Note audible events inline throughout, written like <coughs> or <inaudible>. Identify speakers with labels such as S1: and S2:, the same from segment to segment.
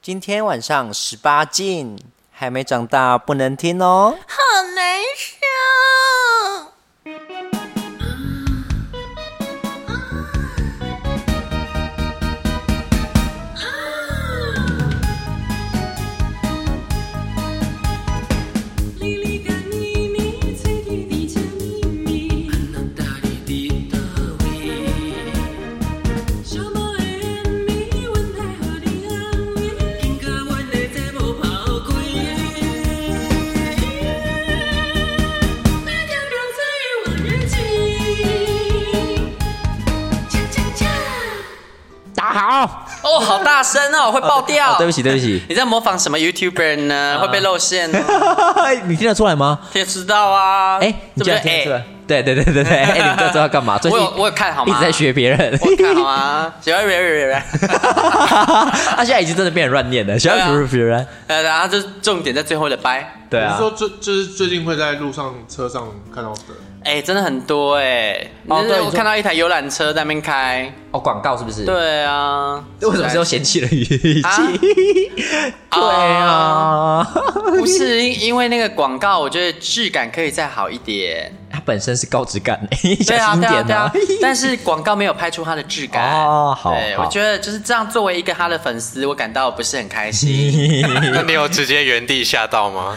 S1: 今天晚上十八禁，还没长大不能听哦。
S2: 好难受。
S3: 哩哩个咪咪，嘴里滴着咪咪。那达哩滴达喂，小猫儿咪，我奈何哩安慰，今个我内在无跑开。那条龙在往日去，恰恰恰。
S4: 打啊好，
S5: 哦，好大声哦，会爆掉、
S4: <laughs> 哦对不起对啊不起
S5: 你在模仿什么 YouTuber 呢？会被露馅哦，
S4: <laughs> 你听得出来吗？
S5: 也知道啊。
S4: 哎，你
S5: 对不
S4: 居然听
S5: 对
S4: 得出来
S5: 哎？
S4: 对对对对 <laughs> 对，哎，你这知道干嘛？最近
S5: 我有我有看好
S4: 一
S5: 吗？
S4: 直在，学别人，
S5: 我
S4: <laughs>
S5: 有看好吗？学别别别，
S4: 他啊现在已经真的变成乱念了，小
S5: 啊
S4: 要别人，
S5: 呃，然后就重点在最后的掰。
S4: 对
S6: 你
S4: 啊
S6: 是，说最就是最近会在路上、车上看到的？
S5: 哎，真的很多哎、
S4: 哦
S5: 就是
S4: 对
S5: 我
S4: 你说
S5: 看到一台游览车在那边开。
S4: 哦，广告是不是？，
S5: 对啊，
S4: 为什么是用嫌弃的语气？
S5: 啊
S4: 对啊，
S5: 不是因因为那个广告，我觉得质感可以再好一点。
S4: 它本身是高质感，小 <laughs> 心一
S5: 对啊，对啊，
S4: 点
S5: 对啊
S4: 啊。。 <laughs>
S5: 但是广告没有拍出它的质感。
S4: 哦好
S5: 对，
S4: 好
S5: 我觉得就是这样。作为一个他的粉丝，我感到不是很
S4: <laughs>
S5: 开心。
S7: <laughs> 那你有直接原地吓到吗？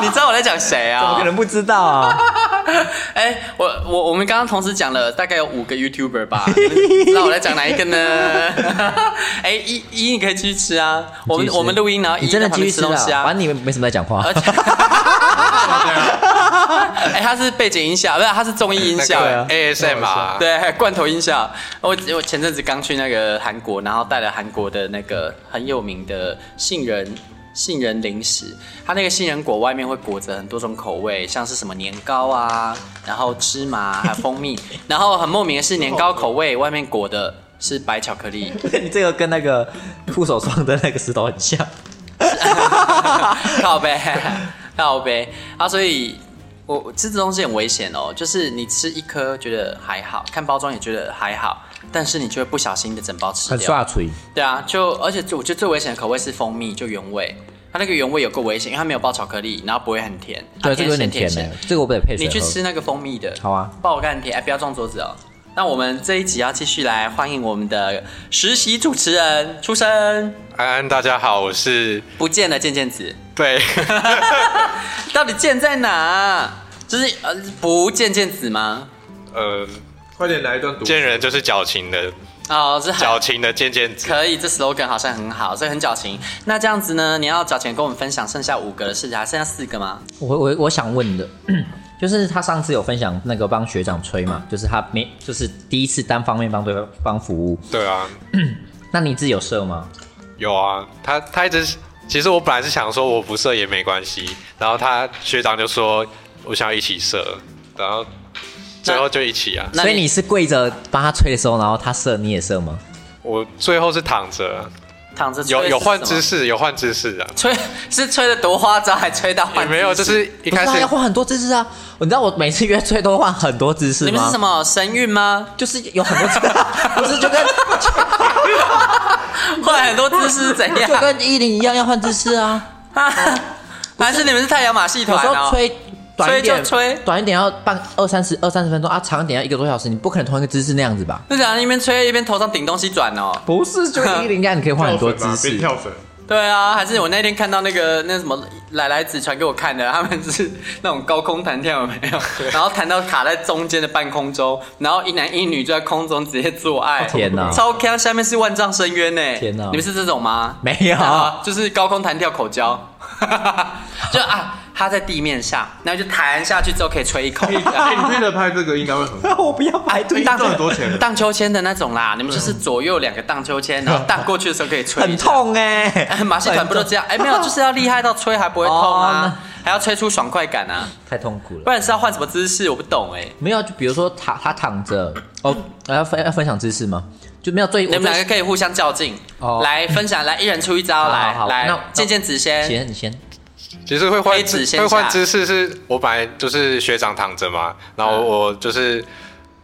S5: 你知道我在讲谁
S4: 怎么
S5: 啊
S4: 可？能不知道 <laughs> 啊？
S5: 哎，我我我们刚刚同时讲了大概有五个 YouTuber 吧，你们知道我在讲哪一个
S4: <laughs>
S5: 呢？哎，一一你可以继续吃啊，我们
S4: 继续吃
S5: 我们录音然后一
S4: 你真的
S5: 在旁
S4: 继续
S5: 边吃
S4: 吃
S5: 东西
S4: 啊？
S5: 啊
S4: 反。正你们没什么在讲话 <laughs>
S5: 而。且， <laughs>
S4: 啊
S5: 哎，他是背景音效，不是，他是综艺音
S7: 那
S5: 效，哎
S4: 啊
S7: 个
S6: 啊
S7: ASMR，，
S5: 对，还有罐头音效。我我前阵子刚去那个韩国，然后带了韩国的那个很有名的杏仁杏仁零食，它那个杏仁果外面会裹着很多种口味，像是什么年糕啊，然后芝麻还有蜂蜜，然后很莫名的是年糕口味外面裹的是白巧克力，
S4: <laughs> 你这个跟那个护手霜的那个石头很像。
S5: 靠呗，靠呗啊！所以我我吃这东西很危险哦，就是你吃一颗觉得还好，看包装也觉得还好，但是你就会不小心的整包吃掉。
S4: 嘴，
S5: 对啊，就而且就我觉得最危险的口味是蜂蜜，就原味。它那个原味有够危险，因为它没有包巧克力，然后不会很甜。
S4: 对，啊
S5: 它
S4: 这个有点
S5: 咸
S4: 甜欸
S5: 咸
S4: 呢。这个我不得配水
S5: 你
S4: 喝。
S5: 去吃那个蜂蜜的，
S4: 好啊，
S5: 爆干甜！哎，不要撞桌子哦。那我们这一集要继续来欢迎我们的实习主持人出生，
S7: 安安，大家好，我是
S5: 不见了健健子，
S7: 对， <laughs>
S5: 到底健在哪？就是呃不见健子吗？
S7: 呃，
S6: 快点来一段读。
S7: 贱人就是矫情
S5: <laughs>
S7: 的，
S5: 哦，是很
S7: 矫情的贱贱子。
S5: 可以，这 slogan 好像很好，所以很矫情。那这样子呢，你要矫情跟我们分享剩下五个的事情，还剩下四个吗？
S4: 我我我想问的， <clears throat> 就是他上次有分享那个帮学长吹嘛，就是他没，就是第一次单方面帮对方服务。
S7: 对啊，
S4: 那你自己有设吗？
S7: 有啊，他他一直，其实我本来是想说我不射也没关系，然后他学长就说我想要一起射，然后最后就一起啊，
S5: 那
S4: 所以你是跪着帮他吹的时候，然后他射你也射吗？
S7: 我最后是躺着，啊
S5: 躺着吹
S7: 有有换
S5: 是
S7: 姿
S5: 什么
S7: 势，有换姿势啊，
S5: 吹 <laughs> 是吹的多花招，还吹到换
S7: 也没有，就
S5: 姿势
S7: 是一
S4: 不
S7: 开
S4: 是啊
S7: 始
S4: 要换很多姿势啊！你知道我每次约吹都换很多姿势吗？
S5: 你们是什么神韵
S7: <laughs>
S5: 吗？
S4: 就是有很多姿势，啊不是就跟 <laughs>
S5: 换很多姿势是
S7: <laughs>
S5: 怎
S4: 就
S5: 样？
S4: 跟依林一样要换姿势啊！
S5: 还是你们是太阳马戏
S4: 有
S5: 团
S4: 时候
S5: 哦？
S4: 吹短一点，
S5: 吹就吹
S4: 短一点要半二三十二三十分钟啊，长一点要一个多小时，你不可能同一个姿势那样子吧？
S5: 就想一边吹一边头上顶东西转哦。
S4: 不是，就跟依林一样，你可以换很多姿
S6: <laughs>
S4: 势
S5: <laughs>
S6: 跳水吧边。跳水。
S5: 对啊，还是我那天看到那个那什么奶奶子传给我看的，他们是那种高空弹跳有没
S7: <laughs>
S5: 有？然后弹到卡在中间的半空中，然后一男一女就在空中直接做爱。
S4: 天哪
S5: 超 K，下啊面是万丈深渊呢。
S4: 天哪
S5: 你们是这种吗？
S4: 没 <laughs> 有
S5: <laughs> 啊就是高空弹跳口交， <laughs> 就啊，他在地面下，然后就弹下去之后可以吹一口。
S6: 你
S5: <laughs>
S6: 哎，你配合拍这个应该会很
S4: <laughs>
S6: 好。
S4: 我不要排队
S6: 哎，赚很多钱。
S5: 荡秋千的那种啦，你们就是左右两个荡秋千，然后荡过去的时候可以吹一下，
S4: 很痛哎、
S5: 哎， <laughs> 马戏团不都这样？哎，没有，就是要厉害到吹还不会痛
S4: 哦
S5: 啊，还要吹出爽快感啊，
S4: 太痛苦
S5: 不
S4: 了。
S5: 然是要换什么姿势？我不懂哎。
S4: 没有，就比如说他他躺着哦，要分要分享姿势吗？就没有最
S5: 你们
S4: 我最
S5: 两个可以互相较劲
S4: 哦，
S5: 来分享，来一人出一招，
S4: 好
S5: 来
S4: 好好那
S5: 来
S4: 那，
S5: 渐渐子先，
S4: 先你先，
S7: 其实会换
S5: 黑
S7: 姿
S5: 子先
S7: 会
S5: 下啊
S7: 换姿势，是我本来就是学长躺着嘛，然后我就是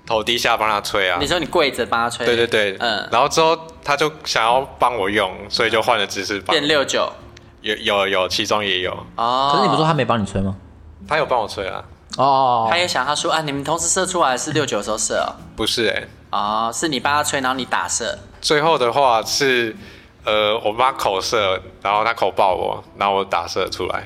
S7: 头低下帮他吹啊
S5: 你。说你跪着帮他吹？
S7: 对对对，
S5: 嗯，
S7: 然后之后他就想要帮我用，所以就换了姿势帮。
S5: 变六九
S7: 有有有，其中也有，
S5: 哦。
S4: 可是你不是说他没帮你吹吗？
S7: 他有帮我吹啊？
S4: 哦哦，哦
S5: 他也想他说啊，你们同时射出来是六九的时候射哦，
S7: 不是哎、
S5: 哦，是你帮他吹，然后你打射，
S7: 最后的话是，呃，我妈口射，然后她口爆我，然后我打射出来，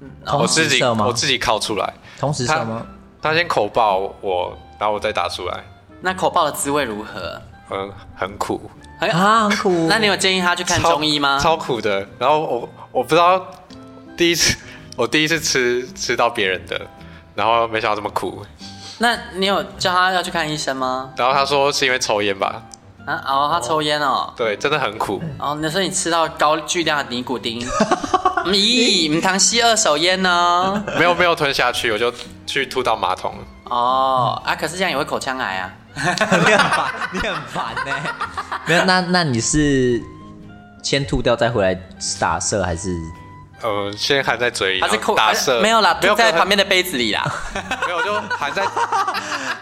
S5: 哦
S7: 我
S4: 同
S7: 自
S4: 时
S7: 己
S4: 射吗
S7: 我？自己靠出来，
S4: 同时射吗？
S7: 她先口爆我，然后我再打出来，
S5: 那口爆的滋味如何？
S7: 很很苦，
S5: 很、
S4: 啊，很苦。
S5: 那你有建议他去看
S7: 超
S5: 中医吗？
S7: 超苦的。然后我我不知道第一次我第一次吃吃到别人的，然后没想到这么苦。
S5: 那你有叫他要去看医生吗？
S7: 然后她说是因为抽烟吧，
S5: 啊，哦，他抽烟哦，
S7: 对，真的很苦。
S5: 哦，那所以你吃到高巨量的尼
S4: <laughs>
S5: 古丁，嗯咦，你糖吸二手烟哦呢？
S7: 没有没有吞下去，我就去吐到马桶了。
S5: 哦，啊，可是这样也会口腔癌啊。
S4: <laughs> 你很烦，你很烦呢、没有，那那你是先吐掉再回来打射，还是
S7: 呃，先含在嘴里，
S5: 他是
S7: 然后
S5: 扣哎
S7: 打射、
S5: 没有啦，吐在旁
S7: 边，
S5: 边的杯子里啦。
S7: <laughs> 没有就含在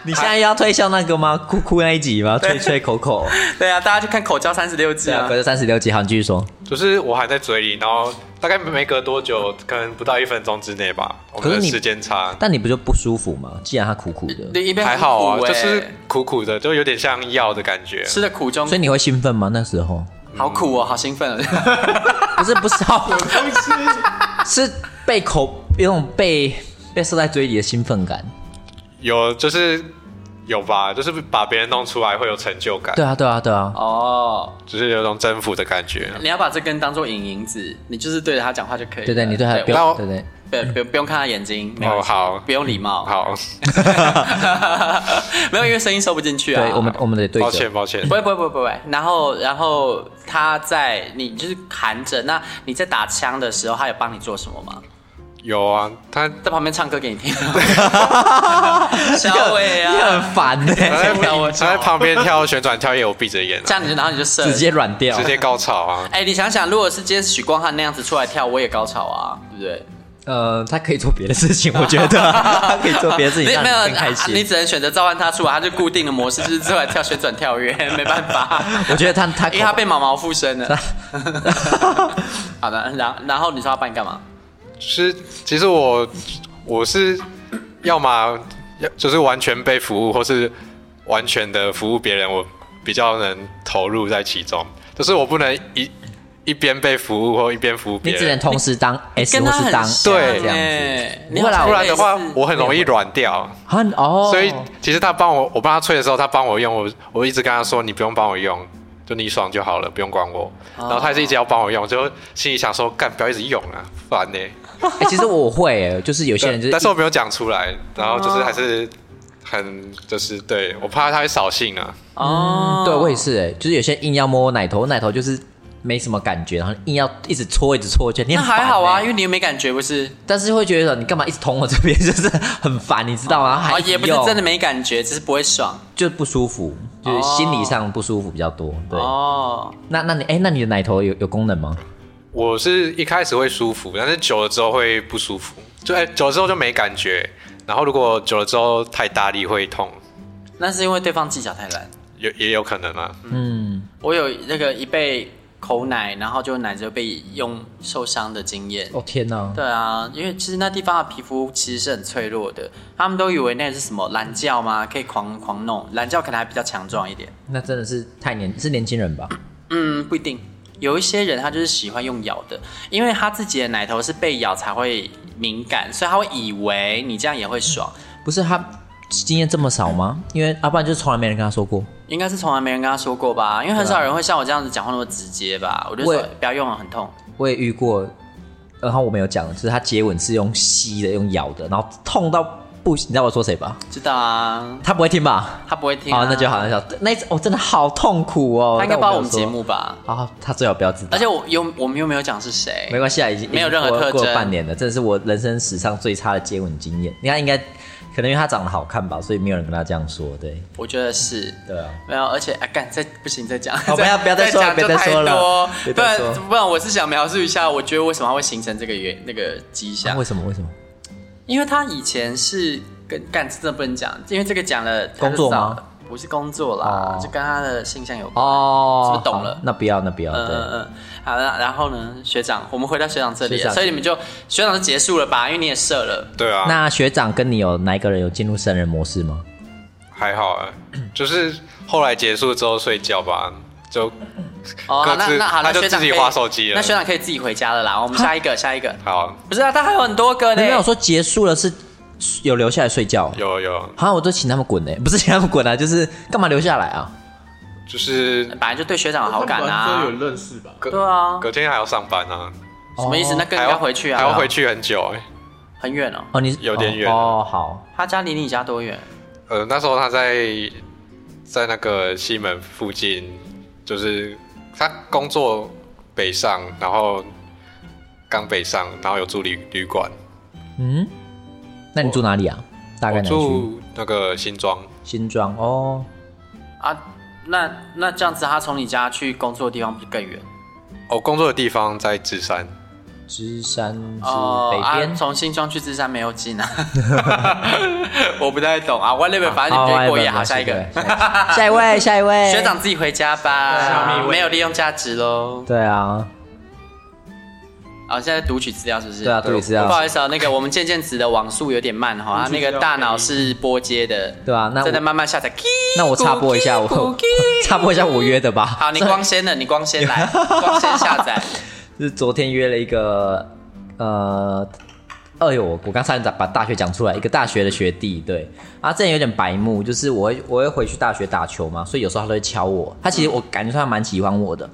S4: 你现在要推销那个吗？哭哭那一集吗？吹吹口 <laughs> 口。
S5: 对啊，大家去看口交三十六计
S4: 对啊，
S5: 啊
S4: 隔。着三十六集，好，你继续说。
S7: 就是我含在嘴里，然后大概没隔多久，可能不到一分钟之内吧，我
S4: 可
S7: 们
S4: 是
S7: 的
S4: 你
S7: 时间差
S4: 但你不就不舒服吗？既然它苦苦的，
S5: 对，一边
S7: 还好啊，
S5: 很苦欸
S7: 就是苦苦的，就有点像药的感觉。
S5: 吃的苦中
S4: 所以你会兴奋吗？那时候
S5: 好苦哦，好兴奋哦！
S4: 不是不是，好是被口有种被被射在嘴里的兴奋感。
S7: 有就是有吧，就是把别人弄出来会有成就感，
S4: 对啊对啊对啊，
S5: 哦，
S7: 就是有种征服的感觉。
S5: 你要把这根当做引引子，你就是对着他讲话就可以了。
S4: 对对，你对它不
S5: 我
S4: 用对
S7: 那
S4: 对。
S5: 对不不用看他眼睛，没
S7: 哦，
S5: 有
S7: 好
S5: 不用礼貌，
S7: 好，
S5: <laughs> 没有因为声音收不进去啊。
S4: 对，我们我们得对
S7: 抱
S4: 着
S7: 歉，抱歉
S5: 不。会不会不会不会。然后然后他在你就是含着，那你在打枪的时候，他有帮你做什么吗？
S7: 有啊，他
S5: 在旁边唱歌
S4: <laughs>
S5: 给你听。 <laughs> 小伟
S4: 你
S5: 啊，
S4: 很烦呢、
S7: 他
S5: 先不要我
S7: 哎在他在旁边跳旋转跳也我闭着眼
S4: <laughs>
S5: 这
S7: 啊，
S5: 样你就然后你就射了
S4: 直接软掉
S7: 直。接高潮啊。
S5: 哎、你想想，如果是今天许光汉那样子出来跳，我也高潮啊，对不对？
S4: 呃，他可以做别的事 <laughs> 情，我觉得他可以做别的事情，
S5: 你
S4: 让
S5: 没
S4: 你
S5: 有
S4: 更开
S5: 啊你
S4: 心。
S5: 只能选择召唤他出来，他就固定的模式就是出来跳旋转跳跃， <laughs> 没办法，
S4: 我觉得他他
S5: 因为他被毛毛附身了。好的，然后然后你说要帮你
S4: <laughs>
S5: 干嘛？
S7: 是，其实我我是要么要就是完全被服务，或是完全的服务别人，我比较能投入在其中。就是我不能一一边被服务或一边服务
S4: 你
S7: 别
S4: 只能
S7: 人，
S4: 同时当 S
S5: 跟
S4: 或
S5: 他
S4: 是
S5: 很
S4: 当
S5: 像
S7: 对
S4: 这样子。
S5: 欸
S4: 不会啦
S5: 好
S7: 不
S5: 像
S7: 然的话
S5: 类似
S7: 我很容易软掉。
S4: 很哦，
S7: 所以其实他帮我，我帮他吹的时候，他帮我用，我我一直跟他说你不用帮我用，就你爽就好了，不用管我。
S4: 哦
S7: 然后他还是一直要帮我用，就心里想说干不要一直用啊，烦呢、
S4: 哎其实我会、就是有些人就是
S7: 但是我没有讲出来，然后
S4: 哦
S7: 就是还是很就是对我怕他会扫兴啊，
S5: 哦，
S4: 对我也是哎、就是有些硬要摸我奶头，我奶头就是没什么感觉，然后硬要一直搓一直搓，就你
S5: 那
S4: 很烦
S5: 还好啊，
S4: 欸
S5: 因为你又没感觉，不是？
S4: 但是会觉得你干嘛一直捅我这边，就是很烦，你知道吗？
S5: 啊，
S4: 还一直
S5: 也不是
S4: 用
S5: 真的没感觉，只是不会爽。
S4: 就不舒服，就是心理上不舒服比较多。对，
S5: 哦，
S4: 那那你哎、那你的奶头有有功能吗？
S7: 我是一开始会舒服，但是久了之后会不舒服，就哎、久了之后就没感觉，然后如果久了之后太大力会痛，
S5: 那是因为对方技巧太烂。
S7: 有也有可能啊，
S4: 嗯，
S5: 我有那个一被口奶，然后就奶子被用受伤的经验。
S4: 哦天哪、
S5: 对啊，因为其实那地方的皮肤其实是很脆弱的，他们都以为那是什么懒觉吗？可以狂狂弄，懒觉可能还比较强壮一点。
S4: 那真的是太年是年轻人吧？
S5: 嗯，不一定，有一些人他就是喜欢用咬的，因为他自己的奶头是被咬才会敏感，所以他会以为你这样也会爽。
S4: 不是他经验这么少吗？因为要、不然就是从来没人跟他说过。
S5: 应该是从来没人跟他说过吧，因为很少人会像我这样子讲话那么直接吧。我就
S4: 嗯我
S5: 说
S4: 也
S5: 不要用了，很痛。
S4: 我也遇过，然后我没有讲，就是他接吻是用吸的，用咬的，然后痛到不行。你知道我说谁吧？
S5: 知道啊，
S4: 他不会听吧？
S5: 他不会听、
S4: 好、
S5: 啊。
S4: 那就好，那就好。那一次我、真的好痛苦哦。
S5: 他应该
S4: 帮
S5: 帮我们节目吧？
S4: 啊、他最好不要知道。
S5: 而且我又我们又没有讲是谁
S4: 没，关系啊，已经
S5: 没有任何
S4: 已经过
S5: 特征
S4: 过半年了，真的是我人生史上最差的接吻经验。你看，应该可能因为他长得好看吧，所以没有人跟他这样说。对，
S5: 我觉得是。
S4: 对啊。
S5: 没有，而且啊，干再不行 <laughs> 再讲，
S4: 好不要不要再说了
S5: 讲就
S4: 不要再说了
S5: 太多
S4: 别
S5: 不
S4: 再说
S5: 然不然我是想描述一下，我觉得为什么它会形成这个原那个
S4: 啊
S5: 迹象
S4: 为，什么？为什么？
S5: 因为他以前是跟干真的不能讲，因为这个讲了
S4: 工作吗？
S5: 他就找不是工作啦，
S4: 哦
S5: 就跟他的性向有关。
S4: 哦，
S5: 是不是懂
S4: 好
S5: 了
S4: 那不要，那不要，
S5: 嗯嗯
S4: 对，
S5: 嗯，好，那然后呢，学长，我们回到学长这里
S4: 学
S5: 了，
S4: 长
S5: 所以你们就学长就结束了吧？因为你也射了，
S7: 对啊，
S4: 那学长跟你有哪一个人有进入圣人模式吗？
S7: 还好 <clears throat> 啊，就是后来结束之后睡觉吧，就
S5: 哦，好
S7: 各
S5: 那
S7: 自
S5: 那好，那
S7: 他就
S5: 学长
S7: 自己
S5: 可以
S7: 划手机了
S5: 那学长可以自己回家了啦。我们下一个，下一个，
S7: 好
S5: 不是啊，他还有很多个呢。
S4: 没有我说结束了是有留下来睡觉，
S7: 有有，
S4: 好像我都请他们滚呢， <laughs> 不是请他们滚啊，就是干嘛留下来啊？
S7: 就是
S5: 本来就对学长有好感
S6: 他们
S5: 啊
S6: 本来。就有认识吧？
S7: 隔
S5: 对啊
S7: 隔天还要上班啊，
S5: 什么意思？那更
S7: 还
S5: 要回去啊？
S7: 还要回去很久哎。
S5: 很远哦。
S4: 哦，你是
S7: 有点远
S4: 哦，哦好，
S5: 他家离你家多远？
S7: 呃，那时候他在在那个西门附近，就是他工作北上，然后刚北上，然后有住旅旅馆，
S4: 嗯，那你住哪里啊？大概
S7: 我
S4: 哪区？
S7: 住那个新庄，
S4: 新庄哦，
S5: 啊，那那这样子，他从你家去工作的地方不是更远？
S7: 我哦工作的地方在芝山，
S4: 芝山是
S5: 哦
S4: 北
S5: 啊
S4: 边。
S5: 从新庄去芝山没有近 <laughs> 啊。我不太懂啊，whatever，反正你们可以过夜。好，下一个，
S4: 下一位，下一位，
S5: 学长自己回家吧
S6: 小，米
S5: 没有利用价值喽。
S4: 对啊，
S5: 啊，现在读取资料是不是？
S4: 对啊读取资料
S5: 不好意思啊，那个我们渐渐子的网速有点慢哈，他
S6: 读取
S5: 那
S6: 资料
S5: 个大脑是波接的，
S4: 对啊那我 <laughs>
S5: 正在慢慢下载。
S4: 那我插播一下，我插播一下我约的吧。
S5: 好，你光先了，你光先来，光先下
S4: <laughs>
S5: 载。
S4: 就是昨天约了一个，呃，哎呦，我我刚差点把大学讲出来，一个大学的学弟，对，啊，这人有点白目，就是我会我会回去大学打球嘛，所以有时候他都会敲我，他其实我感觉他蛮喜欢我的。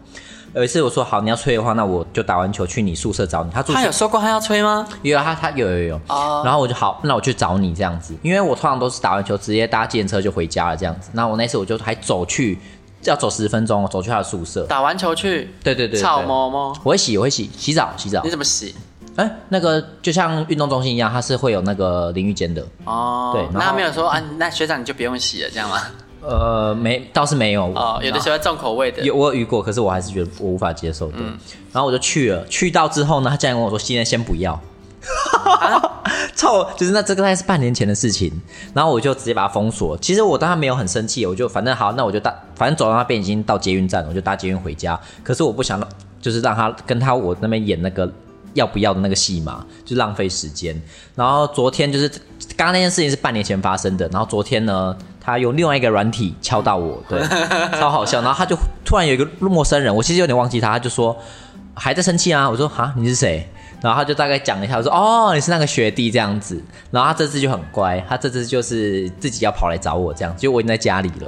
S4: 有一次我说好，你要吹的话，那我就打完球去你宿舍找你。他住宿
S5: 他有说过他要吹吗？
S4: 有啊他他有有有，
S5: 哦
S4: 然后我就好，那我去找你这样子，因为我通常都是打完球直接搭电车就回家了这样子。那我那次我就还走去，要走十分钟，我走去他的宿舍。
S5: 打完球去，
S4: 对对对对
S5: 草摸摸，
S4: 我会洗，我会洗洗澡洗澡
S5: 你。怎么洗？
S4: 哎、那个就像运动中心一样，它是会有那个淋浴间的。
S5: 哦，
S4: 对然后
S5: 那他没有说啊，那学长你就不用洗了，这样吗？
S4: <laughs> 呃，没，倒是没有。
S5: 哦，有的喜欢重口味的，
S4: 有我有遇过，可是我还是觉得我无法接受。对，然后我就去了，去到之后呢，他竟然跟我说：“现在先不要。 <laughs> 臭，就是那这个大概是半年前的事情，然后我就直接把它封锁。其实我当时没有很生气，我就反正好，那我就搭，反正走到那边已经到捷运站了，我就搭捷运回家。可是我不想让，就是让他跟他我那边演那个要不要的那个戏嘛，就浪费时间。然后昨天就是刚刚那件事情是半年前发生的，然后昨天呢，他用另外一个软体敲到我，对， <laughs> 超好笑。然后他就突然有一个陌生人，我其实有点忘记他，他就说还在生气啊，我说哈你是谁？然后他就大概讲了一下，我说哦，你是那个学弟这样子。然后他这次就很乖，他这次就是自己要跑来找我这样，就我已经在家里了。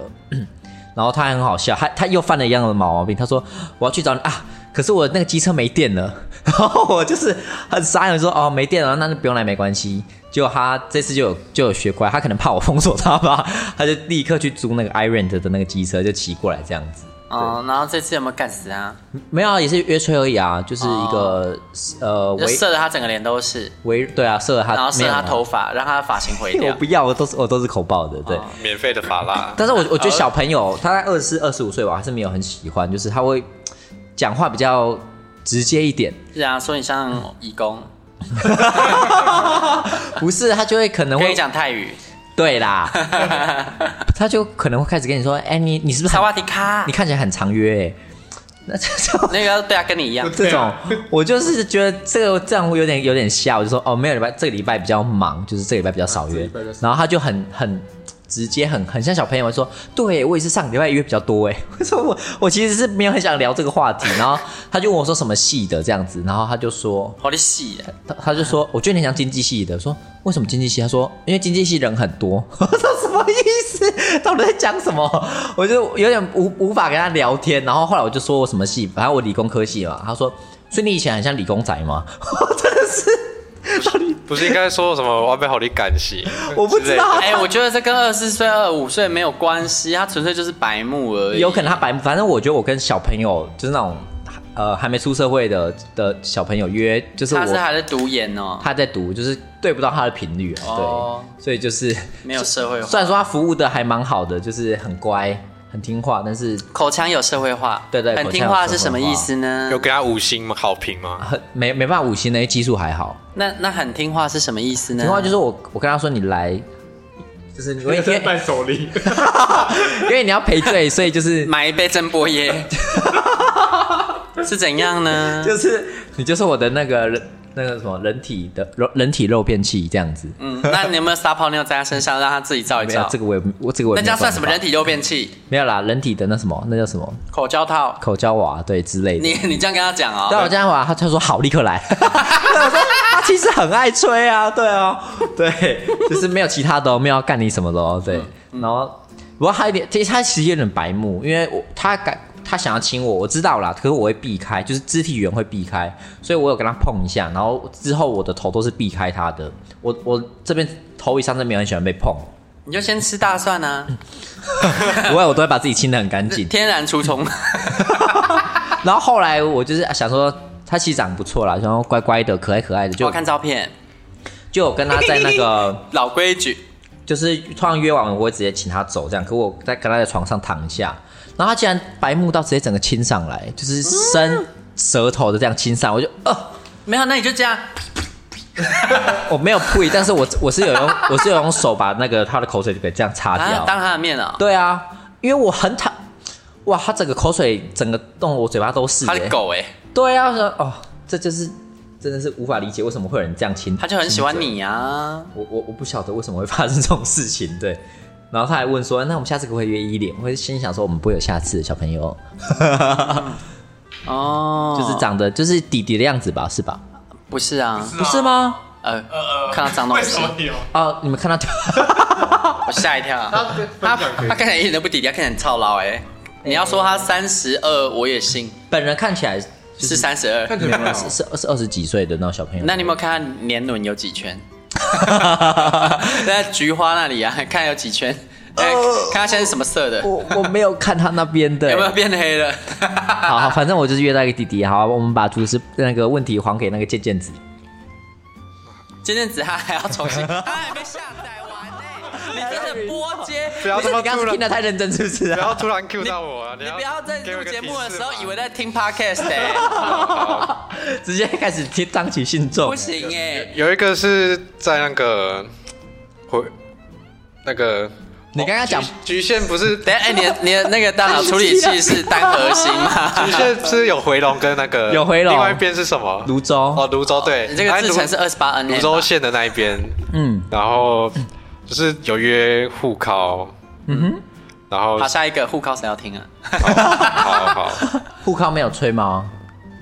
S4: 然后他还很好笑，他他又犯了一样的毛毛病，他说我要去找你啊，可是我那个机车没电了。 <laughs> 然后我就是很傻眼说哦没电了，那就不用来没关系。结果他这次就有就有学乖，他可能怕我封锁他吧， <laughs> 他就立刻去租那个 iRent 的那个机车就骑过来这样子。
S5: 哦，然后这次有没有干死他？
S4: 没有啊，也是约吹而已啊，就是一个、呃
S5: 哦就
S4: 围
S5: 射的他整个脸都是，
S4: 围对啊，射了他，
S5: 然后射
S4: 没有
S5: 他
S4: 啊
S5: 头发，让他的发型毁
S4: <laughs> 我
S5: 掉
S4: 不。要，我都是我都是口爆的，对。
S7: 免费的法拉，
S4: 但是我我觉得
S5: 呃
S4: 小朋友他在二十四、二十五岁吧，还是没有很喜欢，就是他会讲话比较直接一点，
S5: 是啊，说你
S4: 嗯
S5: 像义工，
S4: 不是他就会可能
S5: 跟
S4: 会
S5: 你讲泰语，
S4: 对
S5: <laughs>
S4: 啦，他就可能会开始跟你说，哎、你你是不是
S5: 萨
S4: 很
S5: 瓦迪卡
S4: 你，看起来很常约、欸？那这种
S5: 那个要对他跟你一
S4: <laughs>
S5: 样。
S4: 这种，
S6: 啊
S4: 我就是觉得这个这样有点有点吓，我就说哦，没有礼拜这个礼拜比较忙，就是这个礼拜比较少
S6: 啊这个
S4: 约
S6: 礼拜比较。少
S4: 然后他就很很直接，很很像小朋友说，对我也是上个礼拜约比较多哎。 <laughs> 我说我我其实是没有很想聊这个话题，然后他就问我说什么系的这样子，然后他就说
S5: 我的戏，啊
S4: 他他就说，我觉得你很像经济系的。我说为什么经济系？他说因为经济系人很 <laughs> 多。我说什么意思？到底在讲什么？我就有点无无法跟他聊天。然后后来我就说我什么系，反正我理工科系嘛。他说，所以你以前很像理工仔吗？我真的是
S7: 不是应该说什么我被好你感谢？
S4: 我不知道，
S5: 哎、我觉得这跟二十四岁、二十五岁没有关系，他纯粹就是白目而已。
S4: 有可能他白，反正我觉得我跟小朋友就是那种呃还没出社会的的小朋友约，就是我
S5: 他是还在读研哦，
S4: 他在读，就是对不到他的频率啊。
S5: 哦
S4: 对，所以就是
S5: 没有社会化，
S4: 虽然说他服务的还蛮好的，就是很乖、很听话，但是
S5: 口腔有社会化。
S4: 对对
S5: 很
S4: 口腔
S5: 听
S4: 有
S5: 话
S4: 社
S5: 是
S4: 会
S5: 什么
S4: 化
S5: 意思呢
S7: 有？给他五星好评吗？
S4: 很没没办法五星的，因为技术还好。
S5: 那那很听话是什么意思呢？
S4: 听话就是我我跟他说你来，就是你
S6: <laughs>
S4: 会因为
S6: 伴手礼，
S4: 因为你要赔罪，所以
S5: <laughs>
S4: 就是
S5: 买一杯真波 <laughs> 耶，是怎样呢？
S4: 就是你就是我的那个人那个什么人体的肉人体肉便器这样子。
S5: 嗯，那你有没有撒泡尿在他身上，让他自己照一
S4: 没有
S5: 照
S4: 这？个我也我这个我也没
S5: 那
S4: 有
S5: 这样算
S4: 办
S5: 什么
S4: 法
S5: 人体六变器？
S4: 没有啦，人体的那什么那叫什么
S5: 口交套？
S4: 口交娃对之类的
S5: 你。你这样跟他讲
S4: 但
S5: 哦，
S4: 我这样娃他他说好立刻来， <laughs> 对我说他其实很爱吹啊，对啊， <laughs> 对，就是没有其他的、哦，没有要干你什么的哦，对。然后不过他有点，其实他其实有点白目，因为我他敢他想要亲我，我知道啦，可是我会避开，就是肢体语言会避开，所以我有跟他碰一下，然后之后我的头都是避开他的，我我这边头以上这边很喜欢被碰，
S5: 你就先吃大蒜啊，
S4: 不会我都会把自己清的很干净。
S5: 天然除虫。
S4: 然后后来我就是想说。他其实长得不错啦，然后乖乖的、可爱可爱的，就
S5: 我看照片，
S4: 就有跟他在那个
S5: 老规矩，
S4: 就是突然约完，我会直接请他走这样。可我在跟他在床上躺一下，然后他竟然白目到直接整个亲上来，就是伸舌头的这样亲上，我就呃，
S5: 没有，那你就这样。
S4: 我没有呸，但是我我是有用 <laughs> 我是有用手把那个他的口水给这样擦掉。
S5: 啊，当他的面哦，
S4: 对啊，因为我很讨，哇，他整个口水整个弄我嘴巴都是、
S5: 他的
S4: 欸。
S5: 狗哎、
S4: 对啊，我说哦，这就是真的是无法理解为什么会有人这样亲，
S5: 他就很喜欢
S4: 亲嘴
S5: 你啊。
S4: 我我我不晓得为什么会发生这种事情，对。然后他还问说：“那我们下次可不可以约一脸？”我会心想说：“我们不会有下次，小朋友，
S5: 哦，
S4: 就是长得就是弟弟的样子吧，是吧？
S5: 不是啊？
S4: 不是吗？
S5: 呃，看到脏东
S6: 为
S5: 西
S6: 什，么有？
S4: 哦，你们看到
S5: 我吓一跳。
S6: <laughs> 他分
S5: 他
S6: 分享可以
S5: 他看起来一点都不低调，看起来很操劳哎。你要说他三十二，我也信
S4: <laughs> 本人看起来
S5: 是三十二。
S6: 看起来蛮好
S4: 是是是二十几岁的那种小朋友，
S5: 那你有没有看他年轮有几圈？在菊花那里啊，看有几圈？哎，看他现在是什么色的？
S4: 我我没有看他那边的
S5: <laughs> 有没有变黑了？
S4: 好好，反正我就是约到一个弟弟。好，啊我们把主持那个问题还给那个健健子。
S5: 今天子他还要重新，他还没下载完呢。你真的波接，
S7: 不要这么
S4: 你刚
S7: 突
S4: 刚听得
S7: 然，
S4: 太认真是不是
S7: 不
S4: 啊？
S7: 要突然 Q 到我啊！你
S5: 你不要在录节目的时候以为
S7: 在
S5: 在听 podcast 哎，
S4: 直接开始贴当起信众
S5: 不。行哎。
S7: 有一个是在那个回那个
S4: 你刚刚讲
S7: 局局限不哦是
S5: 等一下，哎，你的你的那个大脑处理器是单核心吗？
S7: <laughs> 局限是有回龙跟那个
S4: 有回龙
S7: 另外一边是什么？
S4: 泸州
S7: 哦，泸州对，
S5: 你这个
S7: 哎
S5: 制程是二十八 N
S7: 泸州县的那一边，
S4: 嗯
S7: 然后就是有约互考，嗯哼，然后
S5: 好，下一个互考谁要听啊？
S7: 好好，
S4: 护康没有吹吗？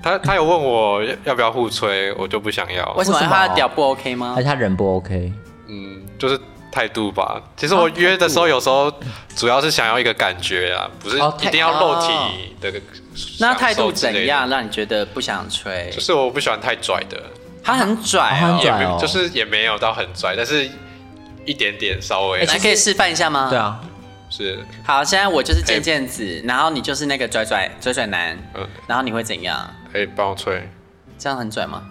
S7: 他他有问我要不要互吹，我就不想要
S5: 为，什么
S4: 为什么
S5: 他的屌不 OK 吗
S4: 而且？他人不 OK。
S7: 嗯，就是态度吧。其实我约的时候，有时候主要是想要一个感觉啊，不是
S4: 哦态
S7: 一定要肉
S5: 哦
S7: 体的。呃
S5: 那态度怎样？让你觉得不想吹
S7: 就？是我不喜欢太拽的，
S5: 他很拽
S4: 他
S5: 哦
S4: 很，拽
S7: 也没
S4: 哦
S7: 有，就是也没有到很拽，但是一点点稍微
S5: 来可以示范一下吗？
S4: 对。啊，
S7: 是
S5: 好，现在我就是渐渐子，然后你就是那个拽拽拽拽男
S7: 嗯，
S5: 然后你会怎样？
S7: 可以帮我吹。
S5: 这样很拽吗？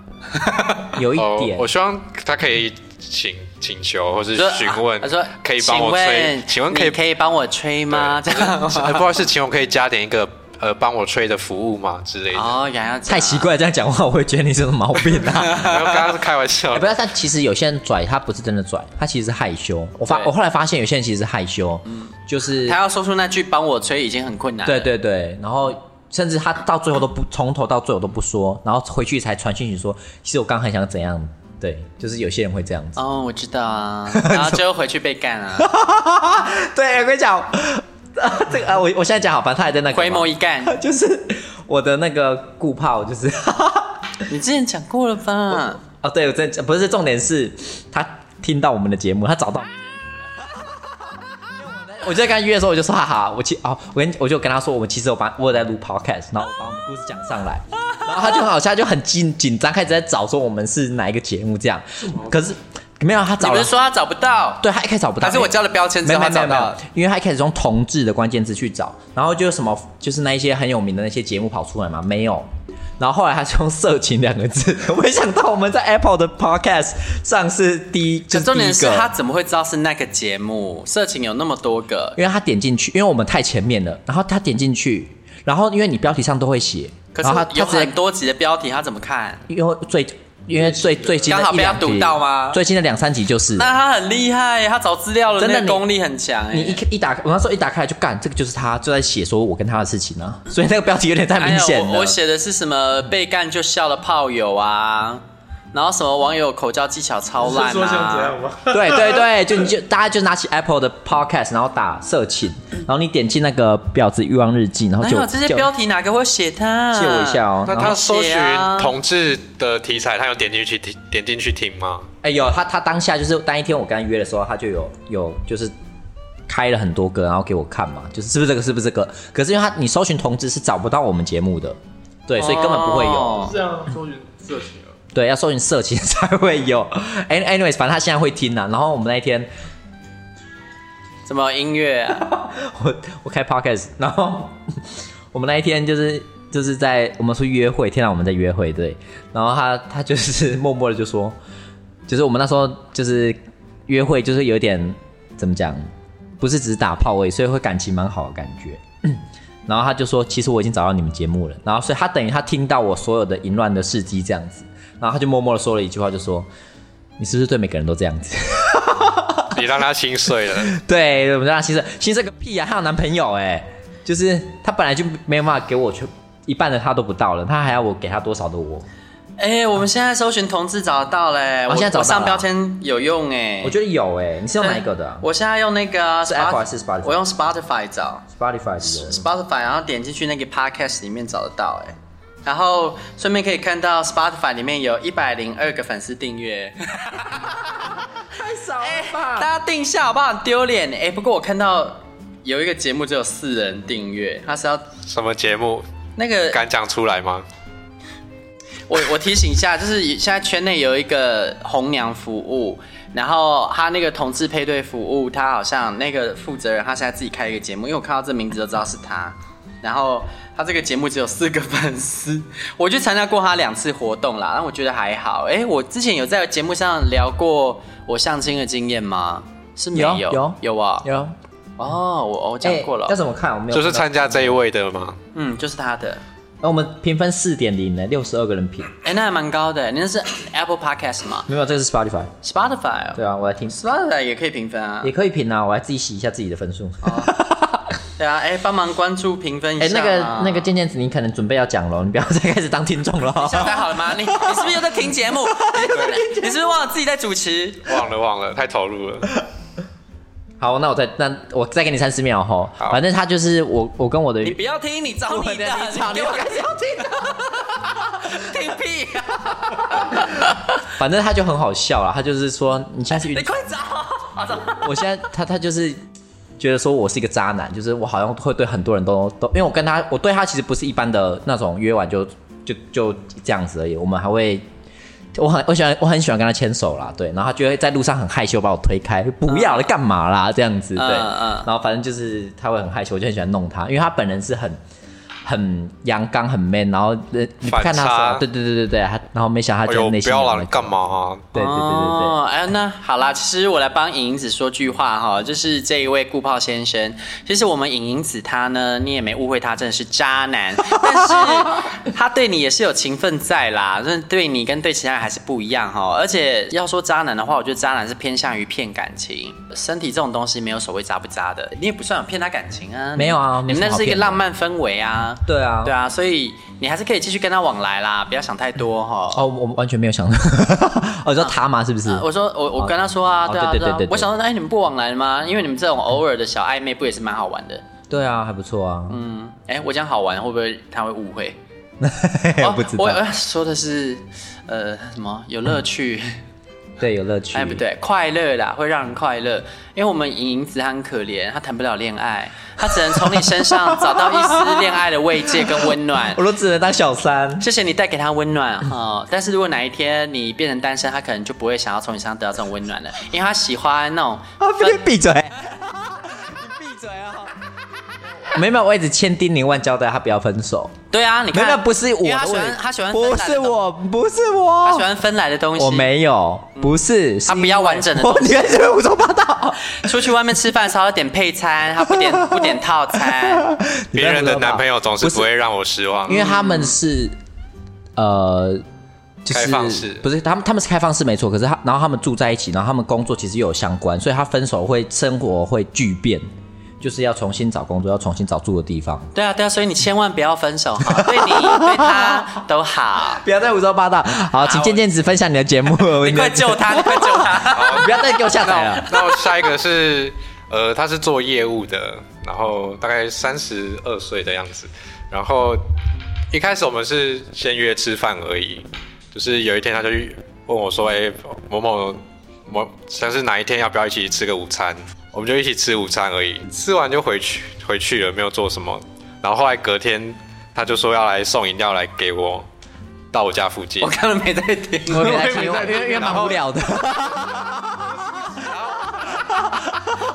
S4: 有一
S7: 哦
S4: 点，
S7: 我希望他可以请请求或是
S5: 说啊
S7: 询问，
S5: 他说
S7: 可以帮我吹，请问可以
S5: 你可以帮我吹吗？这
S7: 对
S5: 样吗
S7: 呃不好意思，请问可以加点一个呃帮我吹的服务吗之 <laughs> 类的？
S5: 哦，原来要这样
S4: 太奇。怪，这样讲话我会觉得你是有毛病 <laughs> 啊！
S7: 然后刚刚是开玩笑
S4: 哎不，要，但其实有些人拽，他不是真的拽，他其实是害羞。我发
S5: 对
S4: 我后来发现有些人其实是害羞，就是
S5: 他要说出那句“帮我吹”已经很困难。
S4: 对，对对，然后甚至他到最后都不从头到最后都不说，然后回去才传讯息说，其实我刚很想怎样。对，就是有些人会这样子。
S5: 哦，我知道啊，然后就回去被
S4: <laughs>
S5: 干啊，
S4: 对，我跟你讲， <laughs> 这个啊，我我现在讲好，反正他还在那个
S5: 回眸
S4: 嘛，
S5: 一干。
S4: <laughs> 就是我的那个顾炮，就是。
S5: 你之前讲过了吧？
S4: 哦，对，我真的不是重点是他听到我们的节目，他找到
S5: 啊
S4: 我们。 <laughs> 我就在跟他约的时候，我就说哈哈，我其哦，我跟我就跟他说，我们其实我把我有在录 podcast，然后我把我们故事讲上
S5: <laughs>
S4: 来，然后他就很好笑，他就很紧紧张，开始在找说我们是哪一个节目这样。可是没有，他
S5: 你
S4: 找
S5: 不
S4: 了
S5: 是，说他找不到？
S4: 对他一开始找不到，
S5: 还是我交了标签
S4: 没
S5: 之
S4: 有
S5: 后
S4: 没
S5: 他
S4: 有没
S5: 找
S4: 有没
S5: 到
S4: 有？，因为他一开始用同志的关键字去找，然后就有什么就是那一些很有名的那些节目跑出来嘛，没有。然后后来他是用“色情”两个字， <laughs> 没想到我们在 Apple 的 Podcast 上是第一，就
S5: 可
S4: 是
S5: 重点是
S4: 第一个
S5: 他怎么会知道是那个节目？色情有那么多个，
S4: 因为他点进去，因为我们太前面了，然后他点进去，然后因为你标题上都会写，
S5: 可
S4: 然后他
S5: 是有
S4: 他直接
S5: 很多集的标题，他怎么看？
S4: 因为最因为最最近的
S5: 刚好
S4: 一两
S5: 被他
S4: 集
S5: 读到吗
S4: 最近的两三集就是。
S5: 那他很厉害，他找资料的
S4: 真的
S5: 那个
S4: 你
S5: 功力很强哎、
S4: 你一一打，我那时候一打开来就干，这个就是他就在写说我跟他的事情啊，所以那个标题有点太明显
S5: 哎
S4: 了。
S5: 呀我我写的是什么被干就笑的炮友啊，然后什么网友口交技巧超烂
S6: 是说像这
S5: 啊
S6: 样。 <laughs> 吗？
S4: 对对对，就你就大家就拿起 Apple 的 Podcast，然后打色情，然后你点进那个婊子欲望日记，然后
S5: 哪
S4: 就
S5: 有哎这些
S4: 就
S5: 标题哪个会写他、啊？
S4: 借我一下哦。
S7: 那
S4: 然后
S7: 他搜
S5: 写
S7: 寻
S5: 啊
S7: 同志的题材，他有点进去听，点进去听吗？
S4: 哎有他他当下就是当一天我跟他约的时候，他就有有就是开了很多个，然后给我看嘛，就是是不是这个是不是这个？可是因为他你搜寻同志是找不到我们节目的，对，所以根本不会有。
S5: 哦
S6: 这样搜寻色情啊，
S4: 对，要搜寻色情才会有。Any- Anyways，反正他现在会听啊啦、然后我们那一天，
S5: 怎么音乐啊？
S4: 我我开 podcast，然后 <laughs> 我们那一天就是就是在我们出去约会，天啊，我们在约会对。然后他他就是 <laughs> 默默的就说，就是我们那时候就是约会，就是有点怎么讲，不是只是打炮而已，所以会感情蛮好的感觉。 <coughs> 然后他就说，其实我已经找到你们节目了。然后所以他等于他听到我所有的淫乱的事迹这样子，然后他就默默的说了一句话，就说。你是不是对每个人都这样子？
S7: 你让他心碎了，
S4: <laughs> 对，我们让他牺牲，牺牲个屁啊！她有男朋友哎、就是她本来就没办法给我全一半的她都不到了，她还要我给她多少的我？
S5: 哎、我们现在搜寻同志找得到嘞、
S4: 啊
S5: 我
S4: 现在找到了
S5: 我上标签有用哎、嗯
S4: 我觉得有哎、你是用哪一个的、
S5: 对我现在用那个啊
S4: 是 Apple 还
S5: Spot-
S4: 是 Spotify？
S5: 我用 Spotify 找
S4: Spotify 是有
S5: Spotify，然后点进去那个 Podcast 里面找得到哎、然后顺便可以看到 Spotify 里面有一百零二个粉丝订阅，哎
S4: 太少了
S5: 大？家定一下好不好？很丢脸哎！不过我看到有一个节目只有四人订阅，他是要
S7: 什么节目
S5: 那个
S7: 敢讲出来吗？
S5: 我我提醒一下，就是现在圈内有一个红娘服务，然后他那个同志配对服务，他好像那个负责人他现在自己开一个节目，因为我看到这名字就知道是他。然后他这个节目只有四个粉丝，我去参加过他两次活动啦，但我觉得还好。哎，我之前有在节目上聊过我相亲的经验吗？是没
S4: 有
S5: 有
S4: 有
S5: 啊
S4: 有
S5: 哦，我我讲过了
S4: 哎，要怎么看？我没有看到，
S7: 就是参加这一位的吗？
S5: 嗯，就是他的，
S4: 那我们评分四点零呢，六十二个人评，
S5: 哎，那还蛮高的。你那是 Apple Podcast 吗
S4: 没有，这个是 Spotify。
S5: ？Spotify 哦
S4: 对啊，我来听，
S5: Spotify 也可以评分啊
S4: 也。可以评啊，我来自己洗一下自己的分数。
S5: 对啊，哎、帮忙关注、评分一
S4: <laughs>
S5: 下、
S4: 哎、
S5: 啊。
S4: 那个那个
S5: <laughs> 现
S4: 渐渐子，你可能准备要讲了，你不要再开始当听众了。
S5: 在好了吗？你你是不是又在听节
S4: <laughs>
S5: 目？你你是不是忘了自己在主持？
S7: 忘了忘了，太投入了。
S4: 好，那我再那我再给你三十秒吼。
S7: 好
S4: 反正他就是我，我跟我的
S5: 你不要听，你找
S4: 我
S5: 你的，
S4: 立场，
S5: 你
S4: 你
S5: 给
S4: 我
S5: 我
S4: 开始要听的。
S5: <laughs> 听屁、啊！
S4: 反正他就很好笑啦，他就是说你现在是
S5: <laughs> 你
S4: 晕，
S5: 快找，啊找
S4: 我现在他他就是觉得说我是一个渣男，就是我好像会对很多人都都，因为我跟他我对他其实不是一般的那种约完就就就这样子而已，我们还会。我很我喜欢我很喜欢跟他牵手啦，对，然后他就会在路上很害羞把我推开，不要了干嘛啦这样子，对，
S5: 嗯嗯
S4: 然后反正就是他会很害羞，我就很喜欢弄他，因为他本人是很很阳刚很 man，然后呃你不看他的时
S7: 反差
S4: 候，对对对对对，他然后没想到他
S7: 哎
S4: 在
S7: 呦，
S4: 内
S7: 不
S4: 心
S7: 要
S4: 有
S7: 啦，
S4: 那
S7: 你
S4: 个
S7: 干嘛啊？
S4: 对对对对对。
S5: 哦，哎，那好啦，其实我来帮影影子说句话哈，就是这一位顾炮先生，其实我们影影子他呢，你也没误会他真的是渣男， <laughs> 但是他对你也是有情分在啦，那对你跟对其他人还是不一样哈。而且要说渣男的话，我觉得渣男是偏向于骗感情，身体这种东西没有所谓渣不渣的，你也不算有骗他感情啊，
S4: 没有啊
S5: 你
S4: 没什
S5: 们
S4: 么
S5: 那
S4: 好
S5: 是一个
S4: 骗的
S5: 浪漫氛围啊，
S4: 对啊
S5: 对啊，所以你还是可以继续跟他往来啦，不要想太多哈。
S4: 哦，我我完全没有想到， <laughs> 哦，你说他吗？是不是？
S5: 啊我说我我跟他说啊，
S4: 哦
S5: 对啊
S4: 对
S5: 对啊
S4: 对对对，对
S5: 我想说，哎，你们不往来吗？因为你们这种偶尔的小暧昧，不也是蛮好玩的？
S4: 对啊，还不错啊。 <laughs> 嗯，
S5: 嗯，哎，我讲好玩会不会他会
S4: <laughs>
S5: 误会？
S4: 不知
S5: 哦我我
S4: 道。
S5: 要说的是，呃，什么有乐趣？
S4: 对，有乐趣。
S5: <laughs> 哎，不，对，快乐啦，会让人快乐。因为我们莹莹子她很可怜，她谈不了恋爱，她只能从你身上找到一丝恋爱的慰藉跟温暖
S4: <laughs> 我。都只能当小
S5: <laughs>
S4: 三。
S5: 谢谢你带给她温暖哈、但是如果哪一天你变成单身，她可能就不会想要从你身上得到这种温暖了，因为她喜欢那种
S4: 啊，闭闭嘴！你闭
S5: <laughs>
S4: 嘴啊！
S5: 啊
S4: <laughs> 没有没有，我一直千叮咛万交代他不要分手。
S5: 对啊，你
S4: 没
S5: 看，
S4: 有，那不是我
S5: 因为他
S4: 的
S5: 喜
S4: 问
S5: 欢
S4: 题，
S5: 他喜欢芬
S4: 不
S5: 兰的
S4: 是
S5: 东，
S4: 我，不是
S5: 他喜
S4: 我，
S5: 欢芬兰的东西。
S4: 我没有，不是，
S5: 他不要完整的
S4: 我
S5: 东
S4: 你
S5: 西。
S4: 看这边胡说八道。
S5: 出去外面吃饭的时候，他点配餐，他不
S4: <laughs>
S5: 点不点套餐。
S7: 别人的男朋友总是
S4: 不
S7: 不会让我失望
S4: 因。为他们是呃就是
S7: 开放式
S4: 不是他们他们是开放式没错，可是他然后他们住在一起，然后他们工作其实又有相关，所以他分手会生活会巨变，就是要重新找工作，要重新找住的地
S5: <laughs>
S4: 方。
S5: 对啊，对啊，所以你千万不要分手哈，
S4: <laughs>
S5: 对你对他都好。
S4: 不要再胡说八道。好，请渐渐子分享你的节目。
S5: 你快救他，你快救
S4: <laughs>
S5: 他！
S4: 不要再给我下载
S5: <laughs>
S4: 了。
S7: 那我下一个是，呃，他是做业务的，然后大概三十二岁的样子。然后一开始我们是先约吃饭而已，就是有一天他就问我说：“哎、某某某，像是哪一天要不要一起吃个午餐？”我们就一起吃午餐而已，吃完就回去回去了，没有做什么。然后后来隔天他就说要来送饮料来给我，到我家附近
S5: 我。刚刚没在听，
S4: 我
S6: 也没在听
S4: 因为蛮无聊
S5: <laughs>
S4: 的。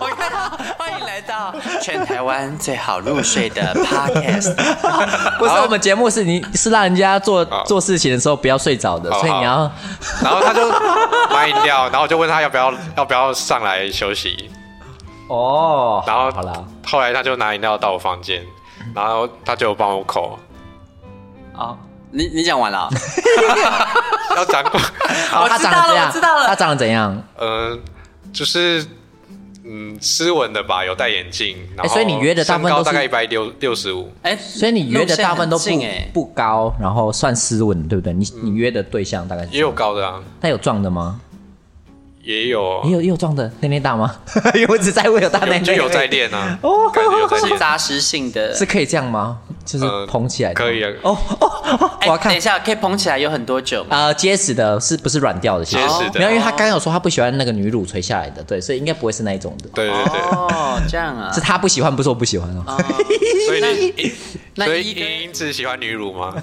S5: 我看到欢迎来到全台湾最好入睡的
S4: <laughs>
S5: podcast。
S4: 不是我们节目是你是让人家做
S7: 好
S4: 做事情的时候不要睡着的，
S7: 好
S4: 所以你要
S7: 然后他就买饮料，然后我就问他要不要要不要上来休息。
S4: 哦。
S7: 然后
S4: 好了
S7: 后来他就拿饮料到我房间，
S4: 嗯
S7: 然后他就帮我
S4: <laughs>
S7: 口，
S5: 哦，你你讲完了哦、
S7: 要讲， <laughs>
S4: 好，他
S5: 知道
S4: 长得怎
S5: 了
S4: 样？
S5: 我知道了
S4: 他长得怎样？
S7: 嗯、就是嗯斯文的吧，有戴眼镜，然后
S4: 哎所以你约的大部分
S7: 身
S4: 都
S7: 高
S4: 是
S7: 大概一百六六十五，
S5: 哎，
S4: 所以你约的大部分都
S5: 路
S4: 不
S5: 线很近
S7: 欸
S5: 哎，
S4: 不高，然后算斯文的，对不对？你你约的对象大概
S7: 也
S4: 是？
S7: 嗯有高的啊，
S4: 他有壮的吗？
S7: 也有
S4: 也有也有壮的，内内大
S7: <laughs>
S4: 吗？因为我只在乎有大内
S7: 哦有
S4: 内，
S7: 就有在练
S4: <laughs>
S7: 啊，
S4: 哦
S7: 感觉有在
S5: 是
S7: 练，
S5: 杂食性的。
S4: 是可以这样吗？就是
S7: 呃
S4: 捧起来的
S7: 可以啊，
S4: 哦
S5: 哎
S4: 我要看
S5: 等一下，可以捧起来有很多久吗？
S4: 呃，结实的是不是软掉的？结
S7: 结实的
S4: 没有，因为他刚刚有说他不喜欢那个女乳垂下来的，对，所以应该不会是那一种的。
S7: 对对
S4: <laughs>
S7: 对，
S5: 哦，这样啊
S4: 是。他不喜欢，不是我不喜欢哦。
S7: 所以你
S5: 那
S7: 所
S5: 一
S7: 以
S5: 跟
S7: 你因此喜欢女
S4: <laughs>
S7: 乳吗？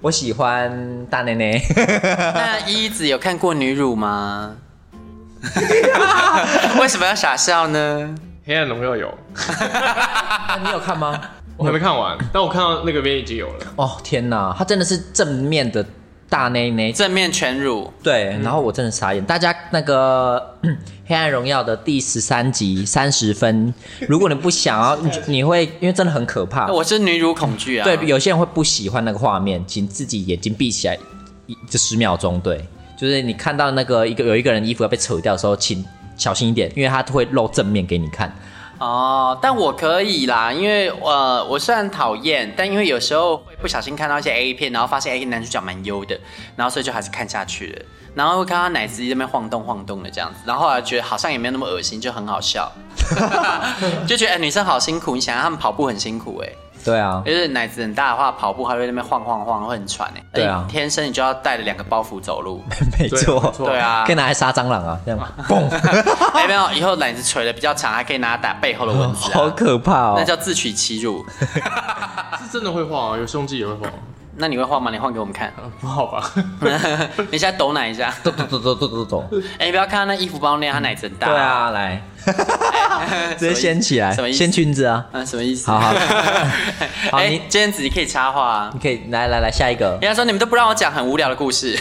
S4: 我喜欢大内
S7: <laughs>
S4: 内，
S5: <laughs> 那一子有看过女乳吗？为什么要傻笑呢？
S6: 黑暗荣耀有，
S4: 啊你有看吗？
S6: 我还没看完，但我看到那个边已经有了。
S4: 哦天哪，他真的是正面的大内内。
S5: 正面全乳，
S4: 对，然后我真的傻眼。大家那个 <clears throat> 《黑暗荣耀》的第十三集三十分，如果你不想
S5: <laughs>
S4: 要，你你会因为真的很可怕。
S5: 我是女乳恐惧啊。
S4: 对，有些人会不喜欢那个画面，请自己眼睛闭起来一这十秒钟。对，就是你看到那个一个有一个人衣服要被扯掉的时候，请小心一点，因为他会露正面给你看。
S5: 哦，但我可以啦，因为呃，我虽然讨厌，但因为有时候会不小心看到一些 A 片，然后发现 A 男主角蛮优的，然后所以就还是看下去了。然后会看到奶子在那边晃动晃动的这样子，然后后来觉得好像也没有那么恶心，就很好笑， <laughs> 就觉得、哎女生好辛苦，你想让他们跑步很辛苦哎、
S4: 对啊，
S5: 就是奶子很大的话，跑步还会在那边晃晃晃，会很喘哎、
S4: 对啊
S5: 哎天生你就要带着两个包袱走路。
S4: <laughs> 没
S6: 对没
S4: 错， <laughs>
S5: <laughs>
S6: 错
S5: 对啊
S4: 可以，拿来杀蟑螂啊，这样嘣，
S5: <laughs> 哎、没有，以后奶子垂的比较长，还可以拿来打背后的蚊子、啊，
S4: 好可怕
S5: 那
S4: <laughs> 哦！
S5: 叫自取其
S4: <laughs>
S5: 辱。
S6: 是真的会晃啊，有胸肌也会晃，
S5: 那你会晃吗？你晃给我们看。 <laughs>
S6: 不
S4: <laughs>
S6: 好吧？
S5: 你现在抖奶一下，
S4: 走走走走走走，
S5: 哎、你不要看他那衣服包那样，他奶真大。
S4: 对，
S5: <laughs>
S4: 啊，来，直接掀起来
S5: 什么，意思
S4: 掀裙子啊！
S5: 嗯，什么意思？ <laughs>
S4: 好好好
S5: 哎、
S4: 你
S5: 今天子怡可以插话啊。
S4: 你可以来来来下一
S7: <laughs>
S4: 个。
S5: 人家说你们都不让我讲很无聊的故
S4: <laughs>
S5: 事，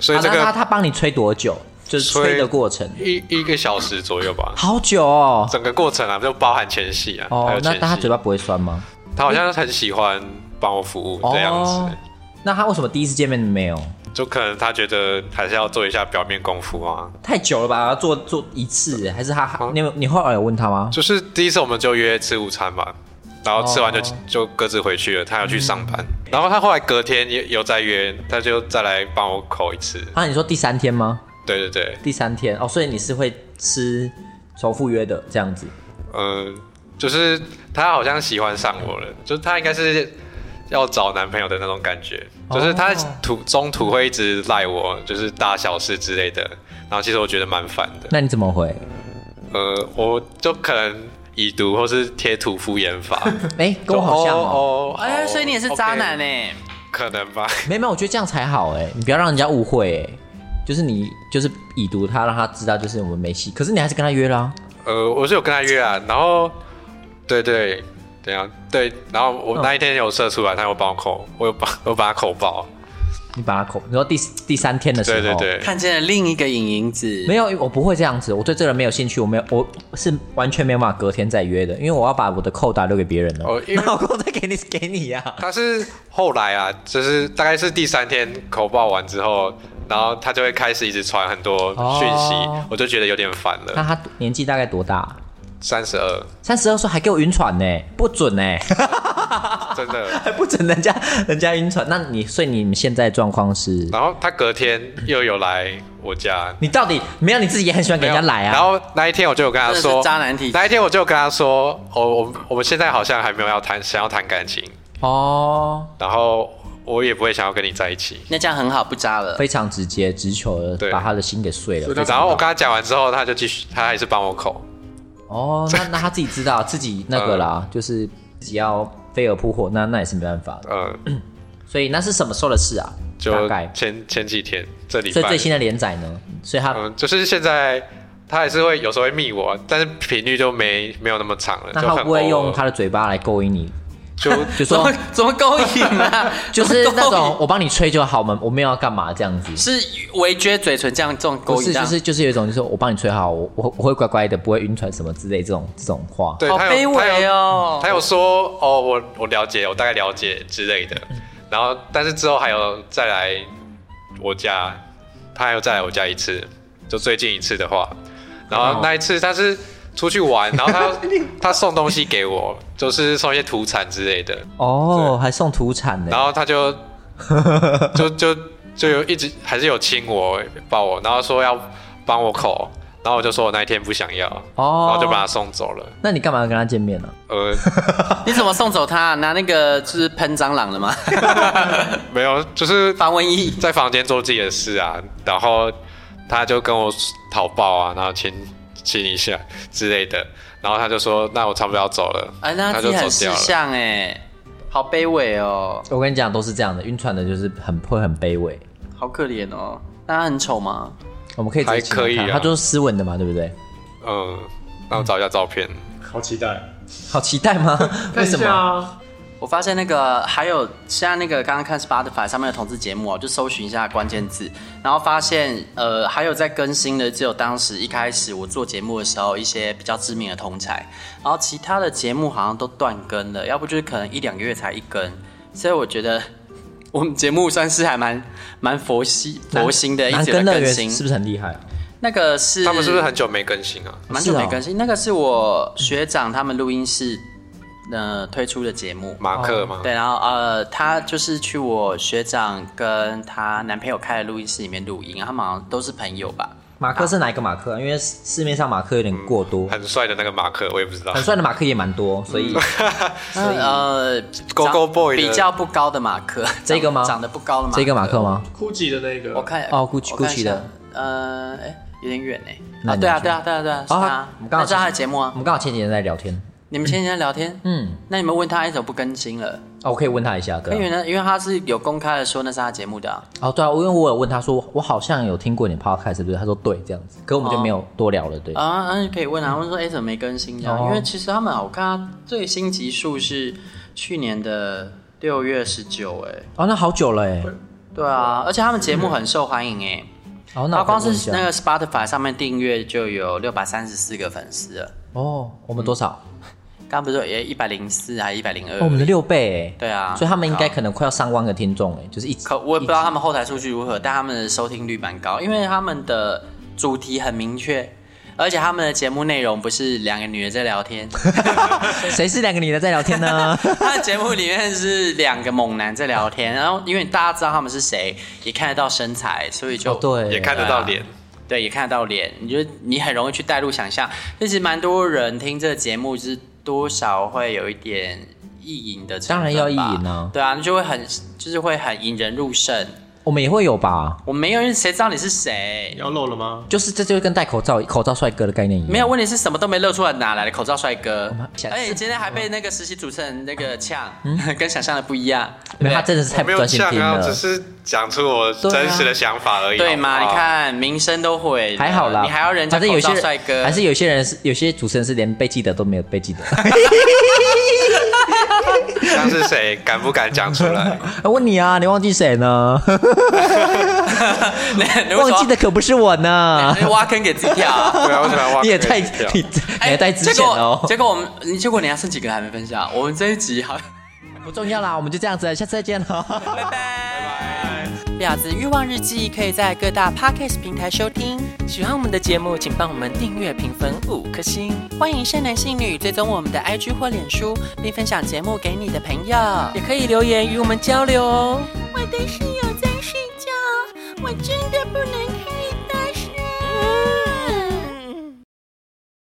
S7: 所以
S4: 好
S7: 这
S4: 那他
S7: 个
S4: 他帮你吹多久？就是吹
S7: 吹
S4: 的过程，
S7: 一一个小时左右吧。
S4: 好久哦。
S7: 整个过程啊，就包含前戏啊，还
S4: 哦
S7: 有，前
S4: 那
S7: 戏。
S4: 那他嘴巴不会酸吗？
S7: 他好像很喜欢帮我服务这样子，
S4: 哦那他为什么第一次见面没有？
S7: 就可能他觉得还是要做一下表面功夫啊。
S4: 太久了吧？做做一次还是他？
S7: 啊
S4: 你有你后来有问他吗？
S7: 就是第一次我们就约吃午餐嘛，然后吃完就、就各自回去了。他要去上班，然后他后来隔天也有再约，他就再来帮我口一次。
S4: 啊，你说第三天吗？
S7: 对对对，
S4: 第三天哦，所以你是会吃重复约的这样子。
S7: 嗯，就是他好像喜欢上我了，就是他应该是。要找男朋友的那种感觉，就是他途中途会一直赖我，就是大小事之类的，然后其实我觉得蛮烦的。
S4: 那你怎么回？
S7: 呃，我就可能已读或是贴图敷衍法，
S4: 哎，跟我好像哦。
S7: 哦。哦
S5: 哎、所以你也是渣男欸呢、
S7: OK，可能吧？ <laughs>
S4: 没有没有，我觉得这样才好哎，你不要让人家误会哎。就是你就是已读他，让他知道就是我们没戏，可是你还是跟他约啦、
S7: 呃，我是有跟他约啊，然后对对，
S5: 嗯
S7: 怎样？对，然后我那一天有射出来，他有帮我口，我有帮我把他口爆，
S4: 你把它口，你说第第三天的时候，
S7: 对对对，
S5: 看见了另一个影影子，
S4: 没有，我不会这样子，我对这个人没有兴趣，我没有，我是完全没有办法隔天再约的，因为我要把我的扣打留给别人了。
S7: 哦因
S4: <laughs>
S7: 为
S4: 那我扣再给你给你啊呀、
S7: 他是后来啊，就是大概是第三天口爆完之后，然后他就会开始一直传很多讯息，
S4: 哦
S7: 我就觉得有点烦
S4: 那
S7: 了。
S4: 他年纪大概多大？
S7: 三十二，
S4: 三十二岁还给我晕船呢、不准呢、 <laughs>
S7: 真的。
S4: 还不准人家人家晕船。那你所以你们现在的状况是，
S7: 然后他隔天又有来我家，
S4: 你到底没有你自己也很喜欢给人家来啊？
S7: 然后那一天我就有跟他
S5: 真的
S7: 说，
S5: 是渣男体质
S7: 那一天我就有跟他说，哦，我我们现在好像还没有要谈，想要谈感情，
S4: 哦，
S7: 然后我也不会想要跟你在一起。
S5: 那这样很好，不渣了。
S4: 非常直接直球的
S7: 对
S4: 把他的心给碎
S6: 所以
S4: 了。
S6: 他
S7: 然后我跟他讲完之后，他就继续，他还是帮我口。
S4: 哦，那那他自己知道自己那个
S7: 呃
S4: 啦，就是自己要飞蛾扑火，那那也是没办法的。
S7: 呃，
S4: 所以那是什么时候的事啊？大
S7: 就
S4: 概。
S7: 前前几天这礼
S4: 所以
S7: 拜
S4: 最，新的连载呢？所以他、
S7: 嗯，就是现在他还是会有时候会密我，但是频率就没没有那么长了。
S4: 那
S7: 就
S4: 他
S7: 很
S4: 会不会用
S7: 偶
S4: 他
S7: 尔
S4: 的嘴巴来勾引你？
S7: 就
S4: 就
S5: 怎
S4: 说
S5: 么怎么勾引啊？
S4: 就是
S5: 怎么勾
S4: 那
S5: 引
S4: 种我帮你吹就好嘛，我没有要干嘛这样子。
S5: 是围撅嘴唇这样这种
S4: 不
S5: 勾
S4: 是，
S5: 引这
S4: 就
S5: 啊样，
S4: 是就是有一种，就是我帮你吹好，我我我会乖乖的，不会晕船什么之类这种这种话。
S7: 对
S5: 好
S7: 他
S5: 卑
S7: 有他
S5: 微
S7: 有
S5: 哦
S7: 他。有说哦，我我了解，我大概了解之类的。然后，但是之后还有再来我家，他还有再来我家一次，就最近一次的话。然后那一次他是出去玩，然后他他送东西给我，就是送一些土产之类的。
S4: 哦，还送土产呢
S7: 然。后他就就就就有一直还是有亲我抱我，然后说要帮我口，然后我就说我那一天不想要，
S4: 哦
S7: 然后就把他送走了。
S4: 那你干嘛要跟他见面呢、
S7: 呃，
S5: 你怎么送走他？拿那个就是喷蟑螂了吗？
S7: 没有，就是
S5: 防蚊液。
S7: 在房间做自己的事啊，然后他就跟我讨抱啊，然后亲亲一下之类的，然后他就说：“那我差不多要走了。”
S5: 哎，那他
S7: 他就
S5: 自己
S7: 走
S5: 很识
S7: 掉了。
S5: 相哎，好卑微哦，
S4: 我跟你讲，都是这样的，晕船的就是很会很卑微。
S5: 好可怜哦。那他很丑吗？
S4: 我们可以直接请他
S7: 还可以
S4: 看
S7: 啊
S4: 他就是斯文的嘛，对不对？
S7: 嗯，那我找一下照片。
S6: 好期待，
S4: 好期待
S6: <laughs>
S4: 吗？为
S6: 看一
S4: 什
S6: 下
S4: 么？
S6: 啊，
S5: 我发现那个还有现在那个刚刚看 Spotify 上面的同志节目哦，就搜寻一下关键字，然后发现呃还有在更新的只有当时一开始我做节目的时候一些比较知名的同台，然后其他的节目好像都断更了，要不就是可能一两个月才一更，所以我觉得我们节目算是还蛮蛮佛系佛心的，一
S4: 南
S5: 直有在
S4: 根乐
S5: 更
S4: 园
S5: 新。
S4: 是不是很厉害、啊？
S5: 那个是
S7: 他们是不是很久没更新啊？
S5: 蛮久没
S4: 是哦
S5: 更新？那个是我学长他们录音室呃推出的节目。
S7: 马克吗？
S5: 对，然后呃，她就是去我学长跟她男朋友开的录音室里面录音，他们好像都是朋友吧？
S4: 马克是哪一个马克啊？因为市面上马克有点过多，
S5: 啊
S7: 很帅的那个马克，我也不知道
S4: 很。帅的马克也蛮多，所
S5: 嗯
S4: 以
S5: 呃，
S7: Go Go
S5: 长
S7: Boy 的
S5: 比较不高的马克，
S4: <laughs> 这个吗
S5: 长长得不高的马克，
S4: 这个马克吗？
S6: 酷吉的那个，
S5: 我看
S4: 哦，Gucci-
S5: 我看一
S4: Gucci
S5: 下
S4: 的，
S5: 呃，哎，有点远哎。
S4: 那
S5: 啊，
S4: 你
S5: 对啊，
S4: 去
S5: 对啊，对啊，对啊，是他
S4: 啊我们，刚好
S5: 那是他的节目
S4: 我
S5: 啊。
S4: 们刚好前几天在聊天，
S5: 你们前几天聊天，
S4: 嗯，
S5: 那你们问他哎怎么不更新了？
S4: 哦，我可以问他一下，对啊
S5: 因为呢，因为他是有公开的说那是他节目的啊。
S4: 哦，对啊，因为我有问他说，我好像有听过你的 podcast，对不对？他说对，这样子，可我们就没有多聊了，对。
S5: 啊，啊，可以问啊，问说哎、怎么没更新这样？
S4: 哦
S5: 因为其实他们啊，我看他最新集数是去年的六月十九，哎，
S4: 哦，那好久了哎，
S5: 对啊，而且他们节目很受欢迎哎，
S4: 哦，那
S5: 他
S4: 我可以
S5: 光
S4: 问一
S5: 是
S4: 下
S5: 那个 Spotify 上面订阅就有六百三十四个粉丝了，
S4: 哦，我们多少？
S5: 刚不是说也一百零四还一百零
S4: 哦我们的
S5: 二？
S4: 六倍哎，
S5: 嗯对啊
S4: 所以他们应该
S5: 好
S4: 可能快要上万个听众哎，就是一
S5: 可我也不知道他们后台数据如何，但他们的收听率蛮高，因为他们的主题很明确。而且他们的节目内容不是两个女的在聊天，
S4: 谁是两个女的在聊天呢？
S5: 他的节目里面是两个猛男在聊天，然后因为大家知道他们是谁，也看得到身材，所以就、
S4: 哦，对，
S7: 也看得到脸，
S5: 对也看得到脸，你就你很容易去带入想象。其实蛮多人听这个节目，就是多少会有一点意淫的成分
S4: 当
S5: 吧，
S4: 然要意淫啊
S5: 对啊，你就会很就是会很引人入胜。
S4: 我们也会有吧？
S5: 我没有，因为谁知道你是谁？
S6: 要露了吗？
S4: 就是这就是跟戴口罩口罩帅哥的概念一样，
S5: 没有，问题是什么都没露出来，哪来的口罩帅哥
S4: 们？想嗯
S5: 哎，今天还被那个实习主持人那个呛， <laughs> 跟想象的不一样。
S4: 没有，他真的是太
S7: 我
S4: 不
S7: 没有
S4: 专心
S7: 呛
S4: 听
S7: 啊，
S4: 了
S7: 只。是讲出我
S4: 啊
S7: 真实的想法而已。
S5: 对嘛？
S7: 好
S5: 你
S7: 不好，
S5: 看名声都毁了，
S4: 还好啦，
S5: 你还要人家
S4: 反正有
S5: 口
S4: 些
S5: 罩
S4: 人
S5: 帅哥，
S4: 还是有些人是有些主持人是连被记得都没有被记得。
S7: 像是谁，敢不敢讲出来？
S4: <laughs>
S5: <laughs>
S4: 我问你啊，你忘记谁呢？
S8: <laughs> 你你为什么
S4: 忘记的可不是我
S5: <laughs>
S4: 呢。
S8: <laughs> 你挖坑给自己跳
S4: <laughs>
S8: 啊。
S7: 对啊，为什么要忘？
S4: 你也太
S7: 对啊
S4: 你
S5: 哎
S4: 你也太之
S8: 结
S4: 前
S8: 果
S4: 了哦，
S8: 结果我们，你结果你还剩几个还没分享？啊我们这一集好， <laughs>
S4: 不重要啦，我们就这样子了，下次再见哦了。
S8: 拜拜。
S5: 婊子欲望日记可以在各大 podcast 平台收听。喜欢我们的节目，请帮我们订阅、评分五颗星。欢迎善男信女追踪我们的 IG 或脸书，并分享节目给你的朋友，也可以留言与我们交流哦。
S3: 我的室友在睡觉，我真的不能